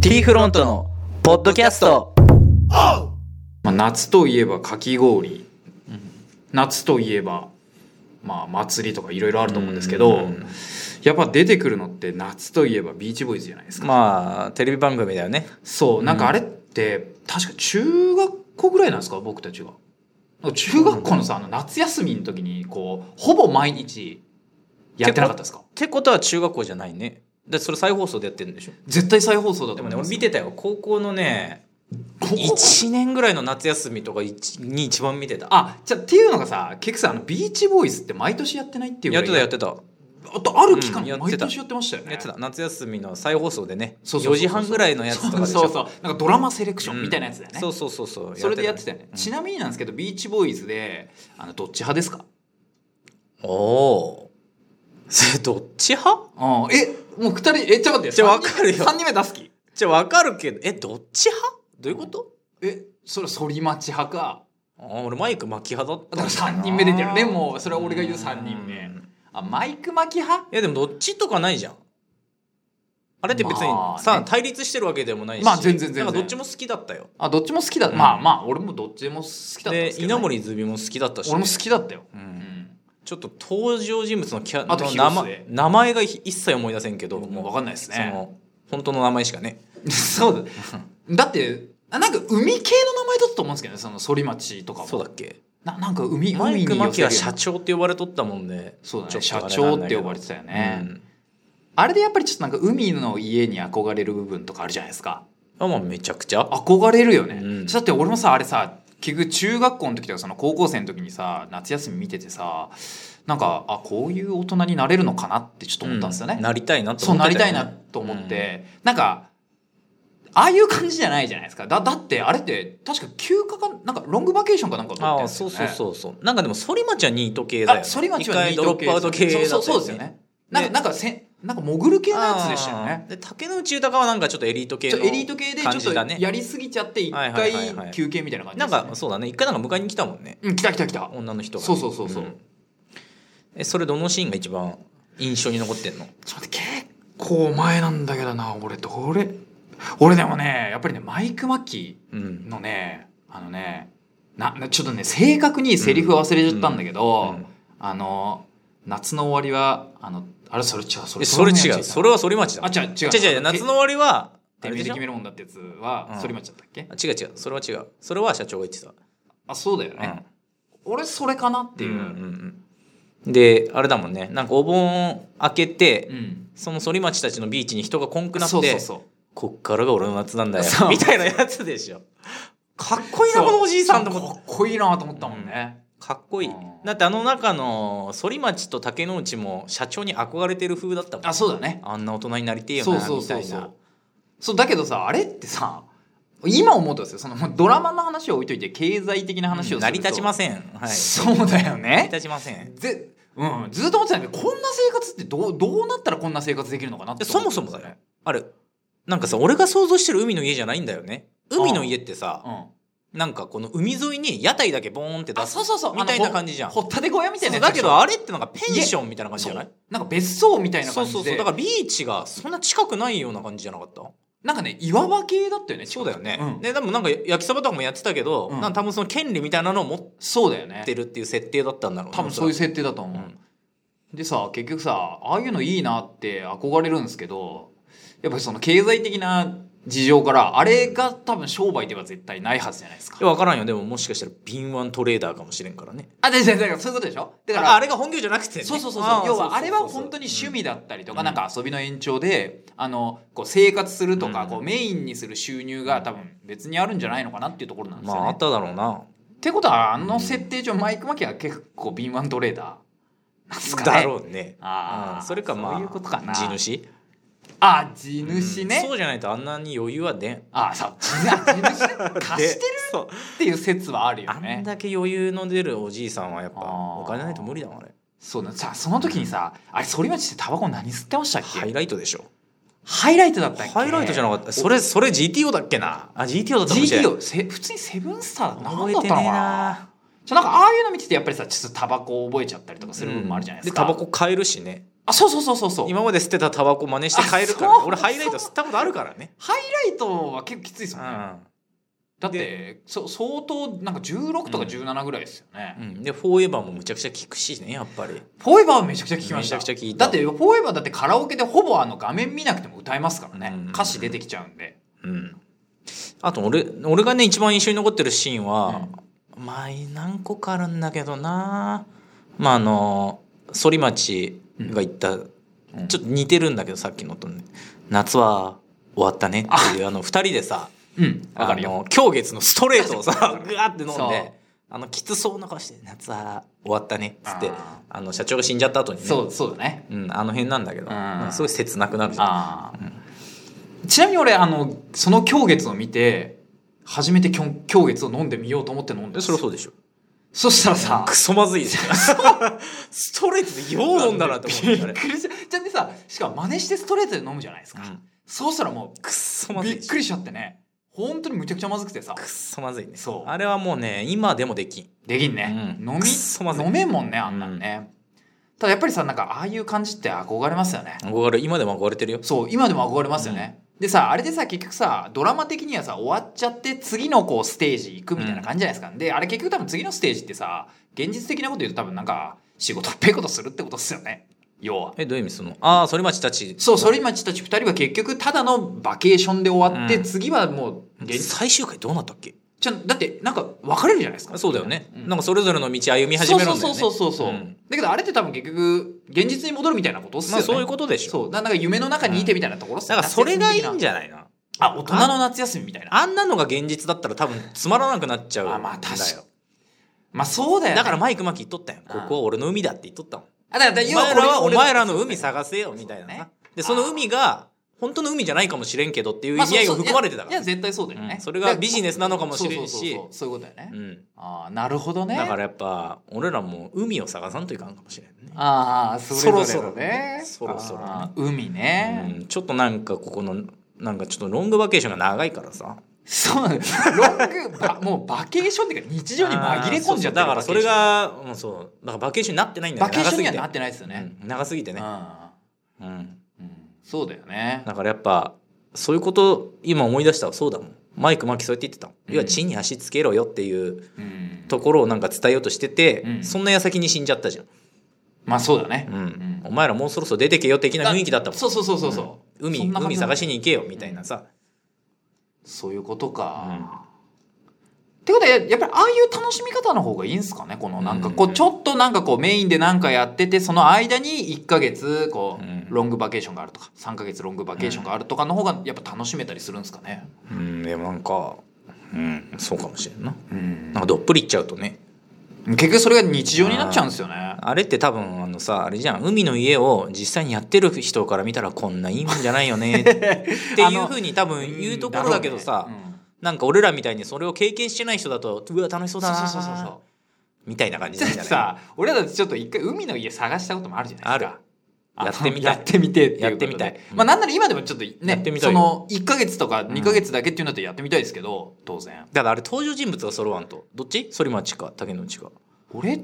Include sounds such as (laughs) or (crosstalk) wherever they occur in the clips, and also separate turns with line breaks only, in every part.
T フロントのポッドキャスト
まあ、夏といえばかき氷、夏といえば、まあ、祭りとかいろいろあると思うんですけど、
うん
やっぱ出てくるのって夏といえばビーチボーイズじゃないですか、
まあテレビ番組だよね
そうなんかあれって確か中学校ぐらいなんですか僕たちがなんか中学校のさあの夏休みの時にこうほぼ毎日やってなかったですか
ってことは中学校じゃないねだってそれ再放送でやってるんでしょ
絶対再放送だと
で
思
も
い
ね
ま
俺
す
見てたよ高校のね
ここ
1年ぐらいの夏休みとか一に一番見てた
あじゃあっていうのがさ結局さあのビーチボーイズって毎年やってないっていうぐ
やっ
らい
てたやってた
あとある期間
うんやって
毎
た
年やってましたよね、
やってた夏休みの再放送でね
そうそうそうそう
4時半ぐらいのやつとかでしょ
そうそうそうなんかドラマセレクションみたいなやつだよね、
そうそうそうそう
それでやってたよね、
うん
ちなみになんですけどビーチボーイズであのどっち派ですか
おおー (laughs) それどっち派
ああえもう2人えちょっと待って
じゃあわ
三人目
かるよ
三人目出す気
じゃあわかるけどえどっち派どういうこと
えそれ反町派か
あー俺マイク巻き派だっ
だ
た
から3人目出てるねもうそれは俺が言う3人目
うん
あマイク巻き派
いやでもどっちとかないじゃんあれって別に
まあね
さ、対立してるわけでもないし
まあ全然全然
なんかどっちも好きだったよ
あどっちも好きだ、
うん
まあまあ俺もどっちも好きだったんで
です
けど、ね、
稲森泉も好きだったし、
俺も好きだったよ、
うん
うん
ちょっと登場人物のキャ
あと
の
広
名
末
前名前が一切思い出せんけど
もう分かんないです
そ
ね
の本当の名前しかね
(laughs) そうだだってあなんか海系の名前だったと思うんですけどねその反町とかも
そうだっけ
ななんか海
マイ
海
ク・
に
マ
寄
キ
せ
は
るよう
社
な
長って呼ばれとったもんで
そうだね
ちょっとあ
社
れ
長
なん
っ
だ
て
け
呼
ど
ばれてたよね、
うん
あれでやっぱりちょっとなんか海の家に憧れる部分とかあるじゃないですか
あまあめちゃくちゃ
憧れるよね、
うん
だって俺もさあれさ結局中学校の時とかその高校生の時にさ夏休み見ててさなんかあこういう大人になれるのかなってちょっと思ったんですよね、
うなりたいなと
そう
思っ
な
て
り
た
た
よ
い
ね
なと思って、なんかああいう感じじゃないじゃないですかだだってあれって確か休暇かなんかロングバケーションかなんか取って
あ
ん
あ
です
そ
よ
う
ね
そうそうそうなんかでも反町はニート系だよ、
あ
ね、
反町は
一回ドロップアウト系だったよね
そうそうそうですよねなんか
ね
なんかせなんか潜る系のやつでしたよね
あーで竹野内豊はなんかちょっとエリート系
ちょ
の
エリート系でちょ
感
っと
じだね
やりすぎちゃって一
はいはいはいは
回
い
休憩みたいな感じ
な
で
ん
すね
かそうだね一回なんか迎えに来たもんね
うん来た来た来た
女の人がね、
そうそうそうそうん
えそれどのシーンが一番印象に残ってんの
ちょっと待って結構前なんだけどな俺どれ俺でもねやっぱりねマイク・マッキー
うん、
のねあのねななちょっとね正確にセリフは忘れちゃったんだけど、
うん
あの夏の終わりはあのあれそれ違うそ
え
れ
それ違うそれは反町だ
あ違う違う
違う違う夏の終わりはあ
て
れ
めえ
で
で
しょ
決めるもんだってやつは
うん
反町だったっけ、
あ違う違うそれは違うそれは社長が言ってた、
あそうだよ
うん、
ね、俺それかなっていう、
んんうんであれだもんねなんかお盆開けて、
うん
その反町たちのビーチに人がこんくなって
そうそうそう
こっからが俺の夏なんだよ
そう
みたいなやつでしょかっこいいなこのおじいさんと
そう
思っ
か
て
っこいいなと思ったもんね、
かっこいい
うん
だってあの中の反町と竹之内も社長に憧れてる風だったもん
あそうだね
あんな大人になりてえよ
そう
な
そう
み
そ
た
う
い
そ
な
うそうだけどさあれってさ今思うとですよそのもうドラマの話を置いといて経済的な話をすると、
成り立ちませんはい
そうだ
成
よ
り
ね
立ちません
ぜ、うん、ずっと思ってたんだけどこんな生活ってどうどうなったらこんな生活できるのかなって
そもそもだよあれなんかさ俺が想像してる海の家じゃないんだよね海の家ってさ
うん、
なんかこの海沿いに屋台だけボーンって出
あ
す
そうそうそう
みたいな感じじゃん
あのほったて小屋みたいな
そう
やつ
だけど
あ
あれってなんかペンションみたいな感じじゃない
なんか別荘みたいな
そ
感
う
じで
そうそうだからビーチがそんな近くないような感じじゃなかった
なんかね岩場系だったよね
そうだよね、
うん
ででもなんか焼きそばとかもやってたけど、
うん
なんか多分その権利みたいなのを持っ
そうだよね
てるっていう設定だったんだろうね
多分そういう
お
設定だと思、
そうらく
でさ結局さああいうのいいなって憧れるんですけどやっぱりその経済的な事情からあれが多分商売では絶対ないはずじゃないです
うんい
か
や分からんよでももしかしたら敏腕トレーダーかもしれんからね
あででだからそういうことでしょだから
ああれが本業じゃなくてね、
そうそうそう
あ
そう
ー
要はあれは本当に趣味だったりとか、なんか遊びの延長であのこう生活するとか、
うん
こうメインにする収入が多分別にあるんじゃないのかなっていうところなん
うん
です
ま
よね。
ああっただろうな
ってことはあの設定上、マイク・マキは結構敏腕トレーダーなんですかね。
だろうね
あ
う
ー
んそれかまあ
そういうことかな
地主
あ地主ね。
うんそうじゃないとあんなに余裕は出ん
あさ地地主ね
(laughs)
貸し
で
てる
そう
っていう説はあるよ
あん
ね。
だけ余裕の出るおじいさんはやっぱ
あー
お金ないと無理だもんあれ
そうださその時にさあれ反町ってタバコ何吸ってましたっけ、
ハイライトでしょ
ハイライトだったっけ
ハイライトじゃなかったそれそれ GTO だっけなあ GTO だったかもしれない
GTO せ普通にセブンスターだ
覚
何
え
だってたの
ね
か
え
な
な
じゃなんかああいうの見ててやっぱりさちょっとタバコを覚えちゃったりとかする部分もあるじゃないですか、
でタバコ買えるしね
あそうそうそうそうそう
今まで捨てたタバコ真似して買えるから、
あ
ね
そ、う
俺ハイライト吸ったことあるからね
ハイライトは結構きついです
う
もんね、
ん
だってそ相当なんか16とか17ぐらいですよね、
うん、でフォーエバーもむちゃくちゃ効くしねやっぱり
フォーエバーはめちゃくちゃ聞きました
めちゃくちゃ聞いた
だってフォーエバーだってカラオケでほぼあの画面見なくても歌えますからね、
うん
歌詞出てきちゃうんで
うんあと俺俺がね一番印象に残ってるシーンは、まあ何個かあるんだけどなまああの反町が言った、
うん
ちょっと似てるんだけどさっきのとね夏は終わったねっていうあの二人でさ
うんわか
あ
るよ
の狂月のストレートを
(laughs)
さぐわって飲ん
そう
であのきつそうな顔して「夏は終わったね」っつって
あ
あの社長が死んじゃった後にね
そうそうだね
うん、あの辺なんだけど
うん
なんかすごい切なくなるじゃん
あーちなみに俺あのその狂月を見て初めて狂狂月を飲んでみようと思って飲んで
えそりゃそううでしょ
そしたらさ
クソまずいです
(laughs)
よストレートでよう飲んだなって思うよあ
び
れ
っくりしたじゃあでさしかも真似してストレートで飲むじゃないですか、
うん
そうしたらも
クソ
う
まず
び
い
っ
でしょ
くりしちゃってね本当にむちゃくちゃまずくてさ
クソまずいね
そう
あれはもうね今でもできん
できんね、
うん
飲
くっそまず
み
い
飲めんもんねあんなんね、ただやっぱりさなんかああいう感じって憧れますよね、
憧れ今でも憧れてるよ
そう今でも憧れますよね、でさあれでさ結局さドラマ的にはさ終わっちゃって次のこうステージ行くみたいな感じじゃないですか、であれ結局多分次のステージってさ現実的なこと言うと多分なんか仕事っぺいことするってことっすよね要は
えどういう意味そのああ反町たち
そう反町たち2人は結局ただのバケーションで終わって、
うん
次はもう現実
最終回どうなったっけ
ちゃだってなんか別れるじゃないですか
そうだよね、
うん
なんかそれぞれの道歩み始めるんだよね
そうそうそうそうそう、
うん
だけどあれって多分結局現実に戻るみたいなことっすよ
まあ
ね、
そういうことでしょ
そうだなんか夢の中にいてみたいなところっす
だ
よ
からそれがいいん
夏休み的
じゃないの
なあ大人の夏休みみたいな
あんなのが現実だったら多分つまらなくなっちゃうんだよ
あまあ確かまあそうだよ、ね、
だからマイクマキ言っとったやん
うん
ここは俺の海だって言っとったもん
あだから
お
要
前
こ
ら
れが
はお
俺
前らの海探せよみたいな
そうだね
なでその海が本当の海じゃないかもしれんけどっていう意味合いが含まれてたか
いや
ら
いや絶対そうだよね、
うんそれがビジネスなのかもしれん
そうそう
し
そうそうそういうことだよね、
うん
ああなるほどね
だからやっぱ俺らも海を探さんといかんかもしれんね
ああそれぞれのね
そろそろねそろそろね
あー海ね、
うんちょっとなんかここのなんかちょっとロングバケーションが長いからさ
そうなんですロングばもうバケーションっていうか日常に紛れ込んじゃ
あーそうそう
ってる
だからそれがもうそうだからバケーションになってないんだよ
バケーションには
長
なっ
す
てないですよ
ぎて
ね、
うん長すぎて
うん
ねうん
うんそうだよね
だからやっぱそういうこと今思い出したわそうだもんマイクマキそうやって言ってたもん
うん
要は地に足つけろよっていう
うん
ところをなんか伝えようとしてて、
うん
そんな矢先に死んじゃったじゃん、
まあそうだね
うん
ん
お前らもうそろそろ出てけよ的な雰囲気だったもん
そうそうそうそうそう
海
そんな感
海
じだ
探しに行けよみたいなさ、
そういうこと
うん
かってことはややっぱりああいう楽しみ方の方がいいんすかねこのなんかこ
う
うんちょっとなんかこうメインでなんかやっててその間に1ヶ月こう、
うん
ロングバケーションがあるとか3ヶ月ロングバケーションがあるとかの方がやっぱ楽しめたりするんですかね
うんでもなんか、うん、そうかもしれんな
うん
なんかどっぷりいっちゃうとね
結局それが日常になっちゃうんですよね
あれって多分あのさあれじゃん海の家を実際にやってる人から見たらこんないいもんじゃないよねって
(laughs)
いうふうに多分言うところだけどさ、
うんうん
なんか俺らみたいにそれを経験してない人だとうわ楽しそうだな
そうそうそうそう
みたいな感じ
ちょ
なん
っ
じゃ
と
ない
さ俺らだってちょっと一回海の家探したこともあるじゃないですか
ある
の
やってみたい
やってみてっていうことで
やってみたい
まあなんなら今でもちょっとね
やってみたいよ
その1か月とか2か月だけっていうのだとやってみたいですけど、当然
だからあれ登場人物が揃わんとどっち反町か竹野内か
俺っ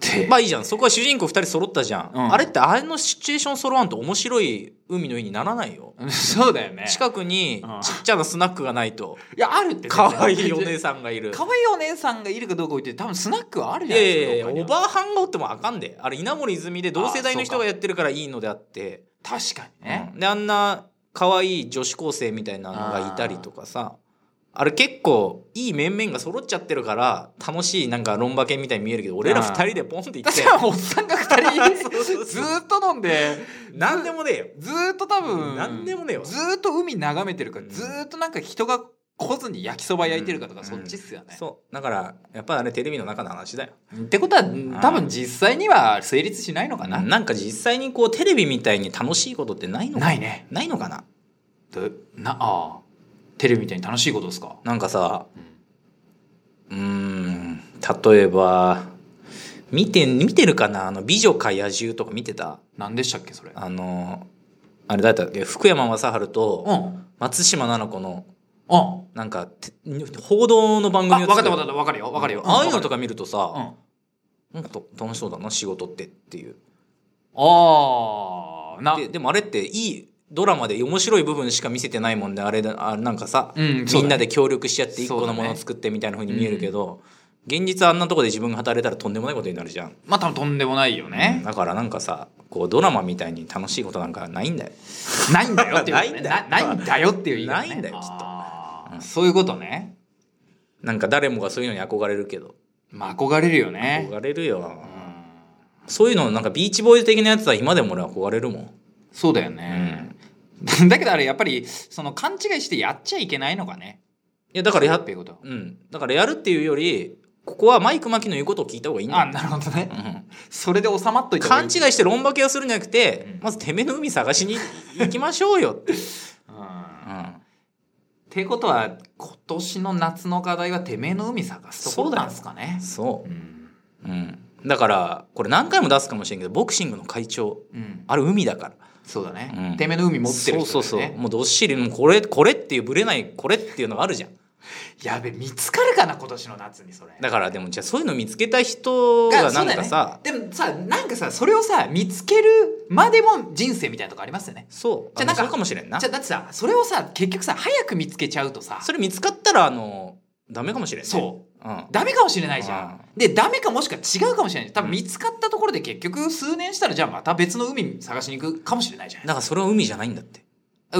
て
まあいいじゃんそこは主人公2人揃ったじゃん、
うん
あれってあれのシチュエーション揃わんと面白い海の家にならないよ
(laughs) そうだよね
近くに
うん
ちっちゃなスナックがないと
いやあるって
可愛いお姉
さ
さんがいる
可愛いお姉さんがいるかどうか置いて多分スナックはある
い
じゃ
や
ない
い
ですか
やいや
どっかに
お
は
ばあはんがおってもあかんであれ稲森泉で同世代の人がやってるからいいのであって
確かにね、
うんであんな可愛い女子高生みたいなのがいたりとかさあれ結構いい面々が揃っちゃってるから楽しいなんかロンバケみたいに見えるけど俺ら二人でポンって行っ
確
(laughs) て
かにおっさんが
(laughs)
2
そうそ
人
う
ず
そう
ーっと飲んで
何でもねえよ
ずーっと多分
何でもねえわ
ずーっと海眺めてるから
うん
ずーっとなんか人が来ずに焼きそば焼いてるかと
う
か
ん
そっちっすよね、
そうだからやっぱあれテレビの中の話だよ
ってことは多分実際には成立しないのかな、
なんか実際にこうテレビみたいに楽しいことってないのか
ないね
ないのかな
どなあーテレビみたいに楽しいことですか、
なんかさ
う
う
ん
ーん例えば見て見てるかなあの「美女か野獣」とか見てた
何でしたっけそれ
あのあれ誰だったっけ福山雅治と、
うんうん
松島菜々子の
あ
なんかて報道の番組
分
を
かっ
作る
た分かった分かるよ分かるよ、
ああいうのと
か
か見ると
うん
さ、なんかと楽しそうだな仕事ってっていう
ああな
ででもあれっていいドラマで面白い部分しか見せてないもんであれだあなんかさ、
うんそ
み
うだね
んなで協力し合って一個
そうだ
の
ね
ものを作ってみたいな風に見えるけど、現実あんなとこで自分が働いたらとんでもないことになるじゃん、
まあ多分とんでもないよね、
だからなんかさこうドラマみたいに楽しいことなんかないんだよ
ないんだよっていう、
(laughs) ない
ね、
んだよ
なないんだよっていう言い方、ね、
ないんだよきっと
あー
うん
そういうことね
なんか誰もがそういうのに憧れるけど
まあ憧れるよね、
憧れるよ
うん
そういうのなんかビーチボーイズ的なやつは今でも俺憧れるもん
そうだよね、だけどあれやっぱりその勘違いしてやっちゃいけないのかね
いやだからや
っ
って
ていうこと
うんだからやるっていうよりここはマイクマキの言うことを聞いた方がいいんだ
あ
よ、
なるほどね、
うん
それで収まっといた方
勘
がい
違い
い
して論化けをするんじゃなくて、
うん
まずてめえの海探しに行きましょうよって、
うん
う
っ
ん、
てことは今年の夏の課題はてめえの海探すところなんすかね、
そうう、
ん
うん、だからこれ何回も出すかもしれんけどボクシングの会長
うん、
あれ海だから
そうだね、
うん
てめえの海持ってる人だよね
そうそうそうもうどっしりもうこれこれっていうぶれないこれっていうのがあるじゃん
やべ見つかるかな今年の夏にそれ
だからでもじゃあそういうの見つけた人がなんかさ
そうだよね、でもさなんかさそれをさ見つけるまでも人生みたいなとこありますよね
そう,、
じゃあ
な
なん
か
んか
そうかもしれんな
じゃあだってさそれをさ結局さ早く見つけちゃうとさ
それ見つかったらあのダメかもしれんね、
そう
うん、
ダメかもしれないじゃん
あ。
で、ダメかもしくは違うかもしれない。多
う
分
ん
見つかったところで結局数年したらじゃあまた別の海探しに行くかもしれないじゃ
だからそれは海じゃないんだって
ん。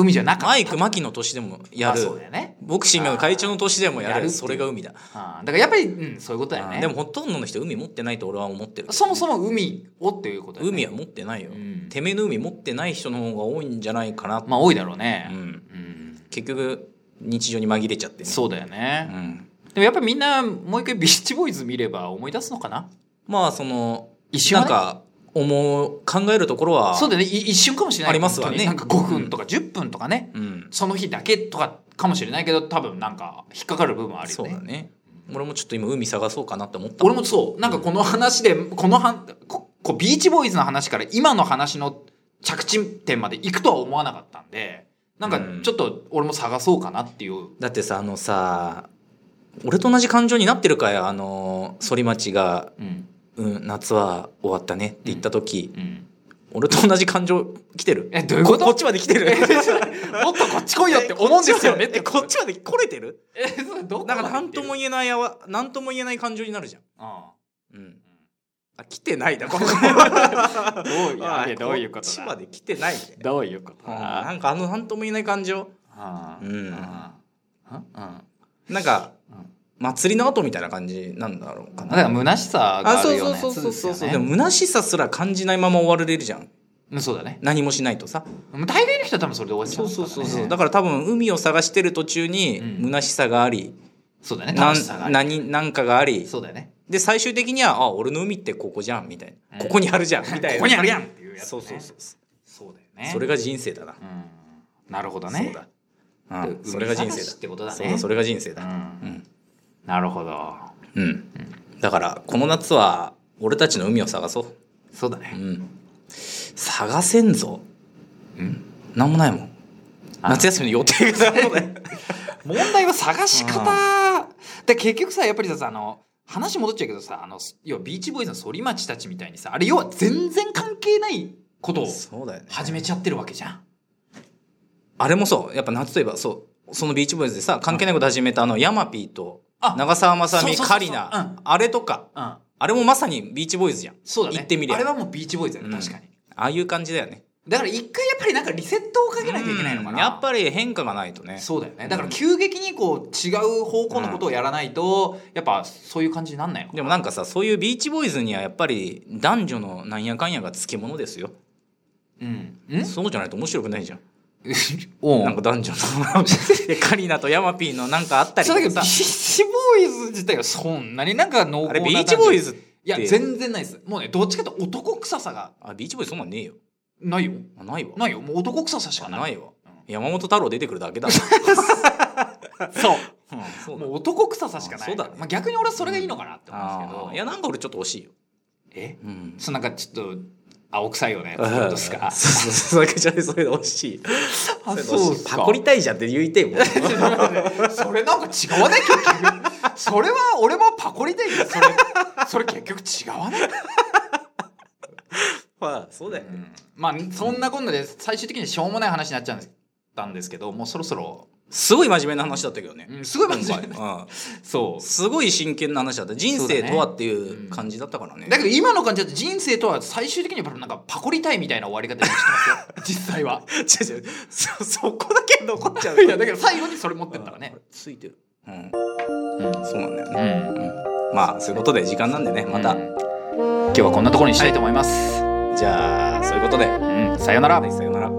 海じゃなかっ
マイクマキの年でも
た。
や
あ
る
そうだよね。
ボクシングの会長の年でもやる
やるっていう
それが海だ、
あーだからやっぱり、うん、そういうことだよね。
でもほとんどの人海持ってないと俺は思ってる
そもそも海をっていうことだよね。
海は持ってないよ、
うん
てめえの海持ってない人の方が多いんじゃないかな、
まあ多いだろう
う
ね。
ん、
うん。
結局日常に紛れちゃってね
そうだよ
う
ね。
ん、
でもやっぱりみんなもう一回ビーチボーイズ見れば思い出すのかな
まあその
一瞬
な
は
ん
ね
か思う考えるところは
そうだよね。い一瞬かもしれない。
ありますわね
本当になんか5分とか10分とかね。
うん、
その日だけとかかもしれないけど、多分なんか引っかかる部分はあるよ
そう
ね
だ。ね俺もちょっと今海探そうかなって思ったもん
俺もそうなんかこの話でこのはここうビーチボーイズの話から今の話の着地点まで行くとは思わなかったんでなんか
うん
ちょっと俺も探そうかなっていう、
だってさあのさ俺と同じ感情になってるかよあの反町が
うん
「うん夏は終わったね」って言った時、
うん、
俺と同じ感情来てる
えどういうこと
こっちまで来て (laughs) る
もっとこっち来いよって思うんですよねって
えこっちまで来れてる
えそれどこま
な
で
んか何とも言えないあわ何とも言えない感情になるじゃん。うん、あ来てない (laughs) だこ
言ってるうんどうやべどういうこ
千葉
とだ
で来てないね。
どういうこと
うん
だ
なんかあの何とも言えない感情
あ
うん
うん
なんか
うん
祭りの後みたいな感じなんだろうか
だか
な。
ら虚しさが
あ
あ
そう
る
そ
よ
う
ね
そうそうそうそう、
で
でも虚しさすら感じないまま終われるじゃん
そうだね
何もしないとさ
もう大概の人は多分それで終わっちゃうんですからね
だから多分海を探してる途中に
うん
虚しさがあり、
そうだね。
な
楽しさがあ
ん
る。
何なんかがあり
そうだよね。
で最終的には「あ俺の海ってここじゃん」みたいな、
うん
ここにあるじゃん」みたいな
(laughs) ここにあるやんっていうやつ、ね。
そうそうそうそ
そうだよ
う、
ね。
それが人生だな、
うん。なるほどね。
そうだ、うん、
海
それが人
探しっ
生
てこと
だ
だ
そうだ
ね。
それが人生
う。
だうんん、
なるほど。
うんだからこの夏は俺たちの海を探そう、
そうだ
う
ね。
ん、探せんぞ
うん。
なんもないもん
あ
夏休みの予定がないもん
(laughs)
ね
問題は探し方。で結局さやっぱりさあの。話戻っちゃうけどさあの要はビーチボーイズの反町たちみたいにさあれ要は全然関係ないことを
そうだよね
始めちゃってるわけじゃん。
あれもそうやっぱ夏といえばそうそのビーチボーイズでさ関係ないこと始めたあのヤマピーと
あ
長澤まさみ
そうそうそうそう
カリナ、あれとか
うん。
あれもまさにビーチボーイズじゃん
そうだね。
言ってみりゃ
あれはもうビーチボーイズだね、
うん
確かに。
ああいう感じだよね
だから一回やっぱりなんかリセットをかけなきゃいけないのか
うん
な。
やっぱり変化がないとね
そうだよね。だから急激にこう違う方向のことをやらないと、やっぱそういう感じになんないのか
でもなんかさそういうビーチボーイズにはやっぱり男女のなんやかんやがつきものですよ
うん。うん
そうじゃないと面白くないじゃん
お
なんか男女の (laughs) でカリナとヤマピーのなんかあったり
そ
と
うだけ
か
ど、ビ
さ
ーチボーイズ自体はそんなになんか濃厚な
あれビーチボーイ
ズ
ズって
いや、全然ないです。もうね、どっちかというと男臭さが
あビーチボーイズそんなんねえよ
ないよ。
あないわ
ないよ。もう男臭さしか
あ
ない。
ないわ
うん
山本太郎出てくるだけだ
そう。
うんそうだ
もう男臭さしかない。
あそうだね
まあ逆に俺はそれがいいのかなって思うんですけ
あ
ど。
ーいやなんか俺ちょっと惜しいよ
え
うん
そうなんかちょっと青臭
(laughs)
いよね。どうですか
そうそうそうそれそれで惜しい
あ
それで惜しいパコりたいじゃんって言いてえもん (laughs)
それなんか違わない結局それは俺もパコりたいけどそれそれ結局違わない
まあそうだよ
う
ね、
んまあそんなこんなで最終的にしょうもない話になっちゃったんですけどもうそろそろ、
すごい真面目な話だったけどね。
うん、すごい
今
真
回
面目な
うん
そ
すごい真剣な話だった。人生とはっていう感じだったからね
う。だけど今の感じだと人生とは最終的にやっぱなんかパコりたいみたいな終わり方にしてますよ実際は
違う違うそ、そこだけ残っちゃう。
いやだけど最後にそれ持ってったらね
うん。ついてる。うん。
うん
そうなんだよ
う
ね。
ん
うんまあそういうことで時間なんでね、また。
うん今日はこんなところにしたいと思います、
じゃあそういうことで。
うん、さようなら
はい、さようなら。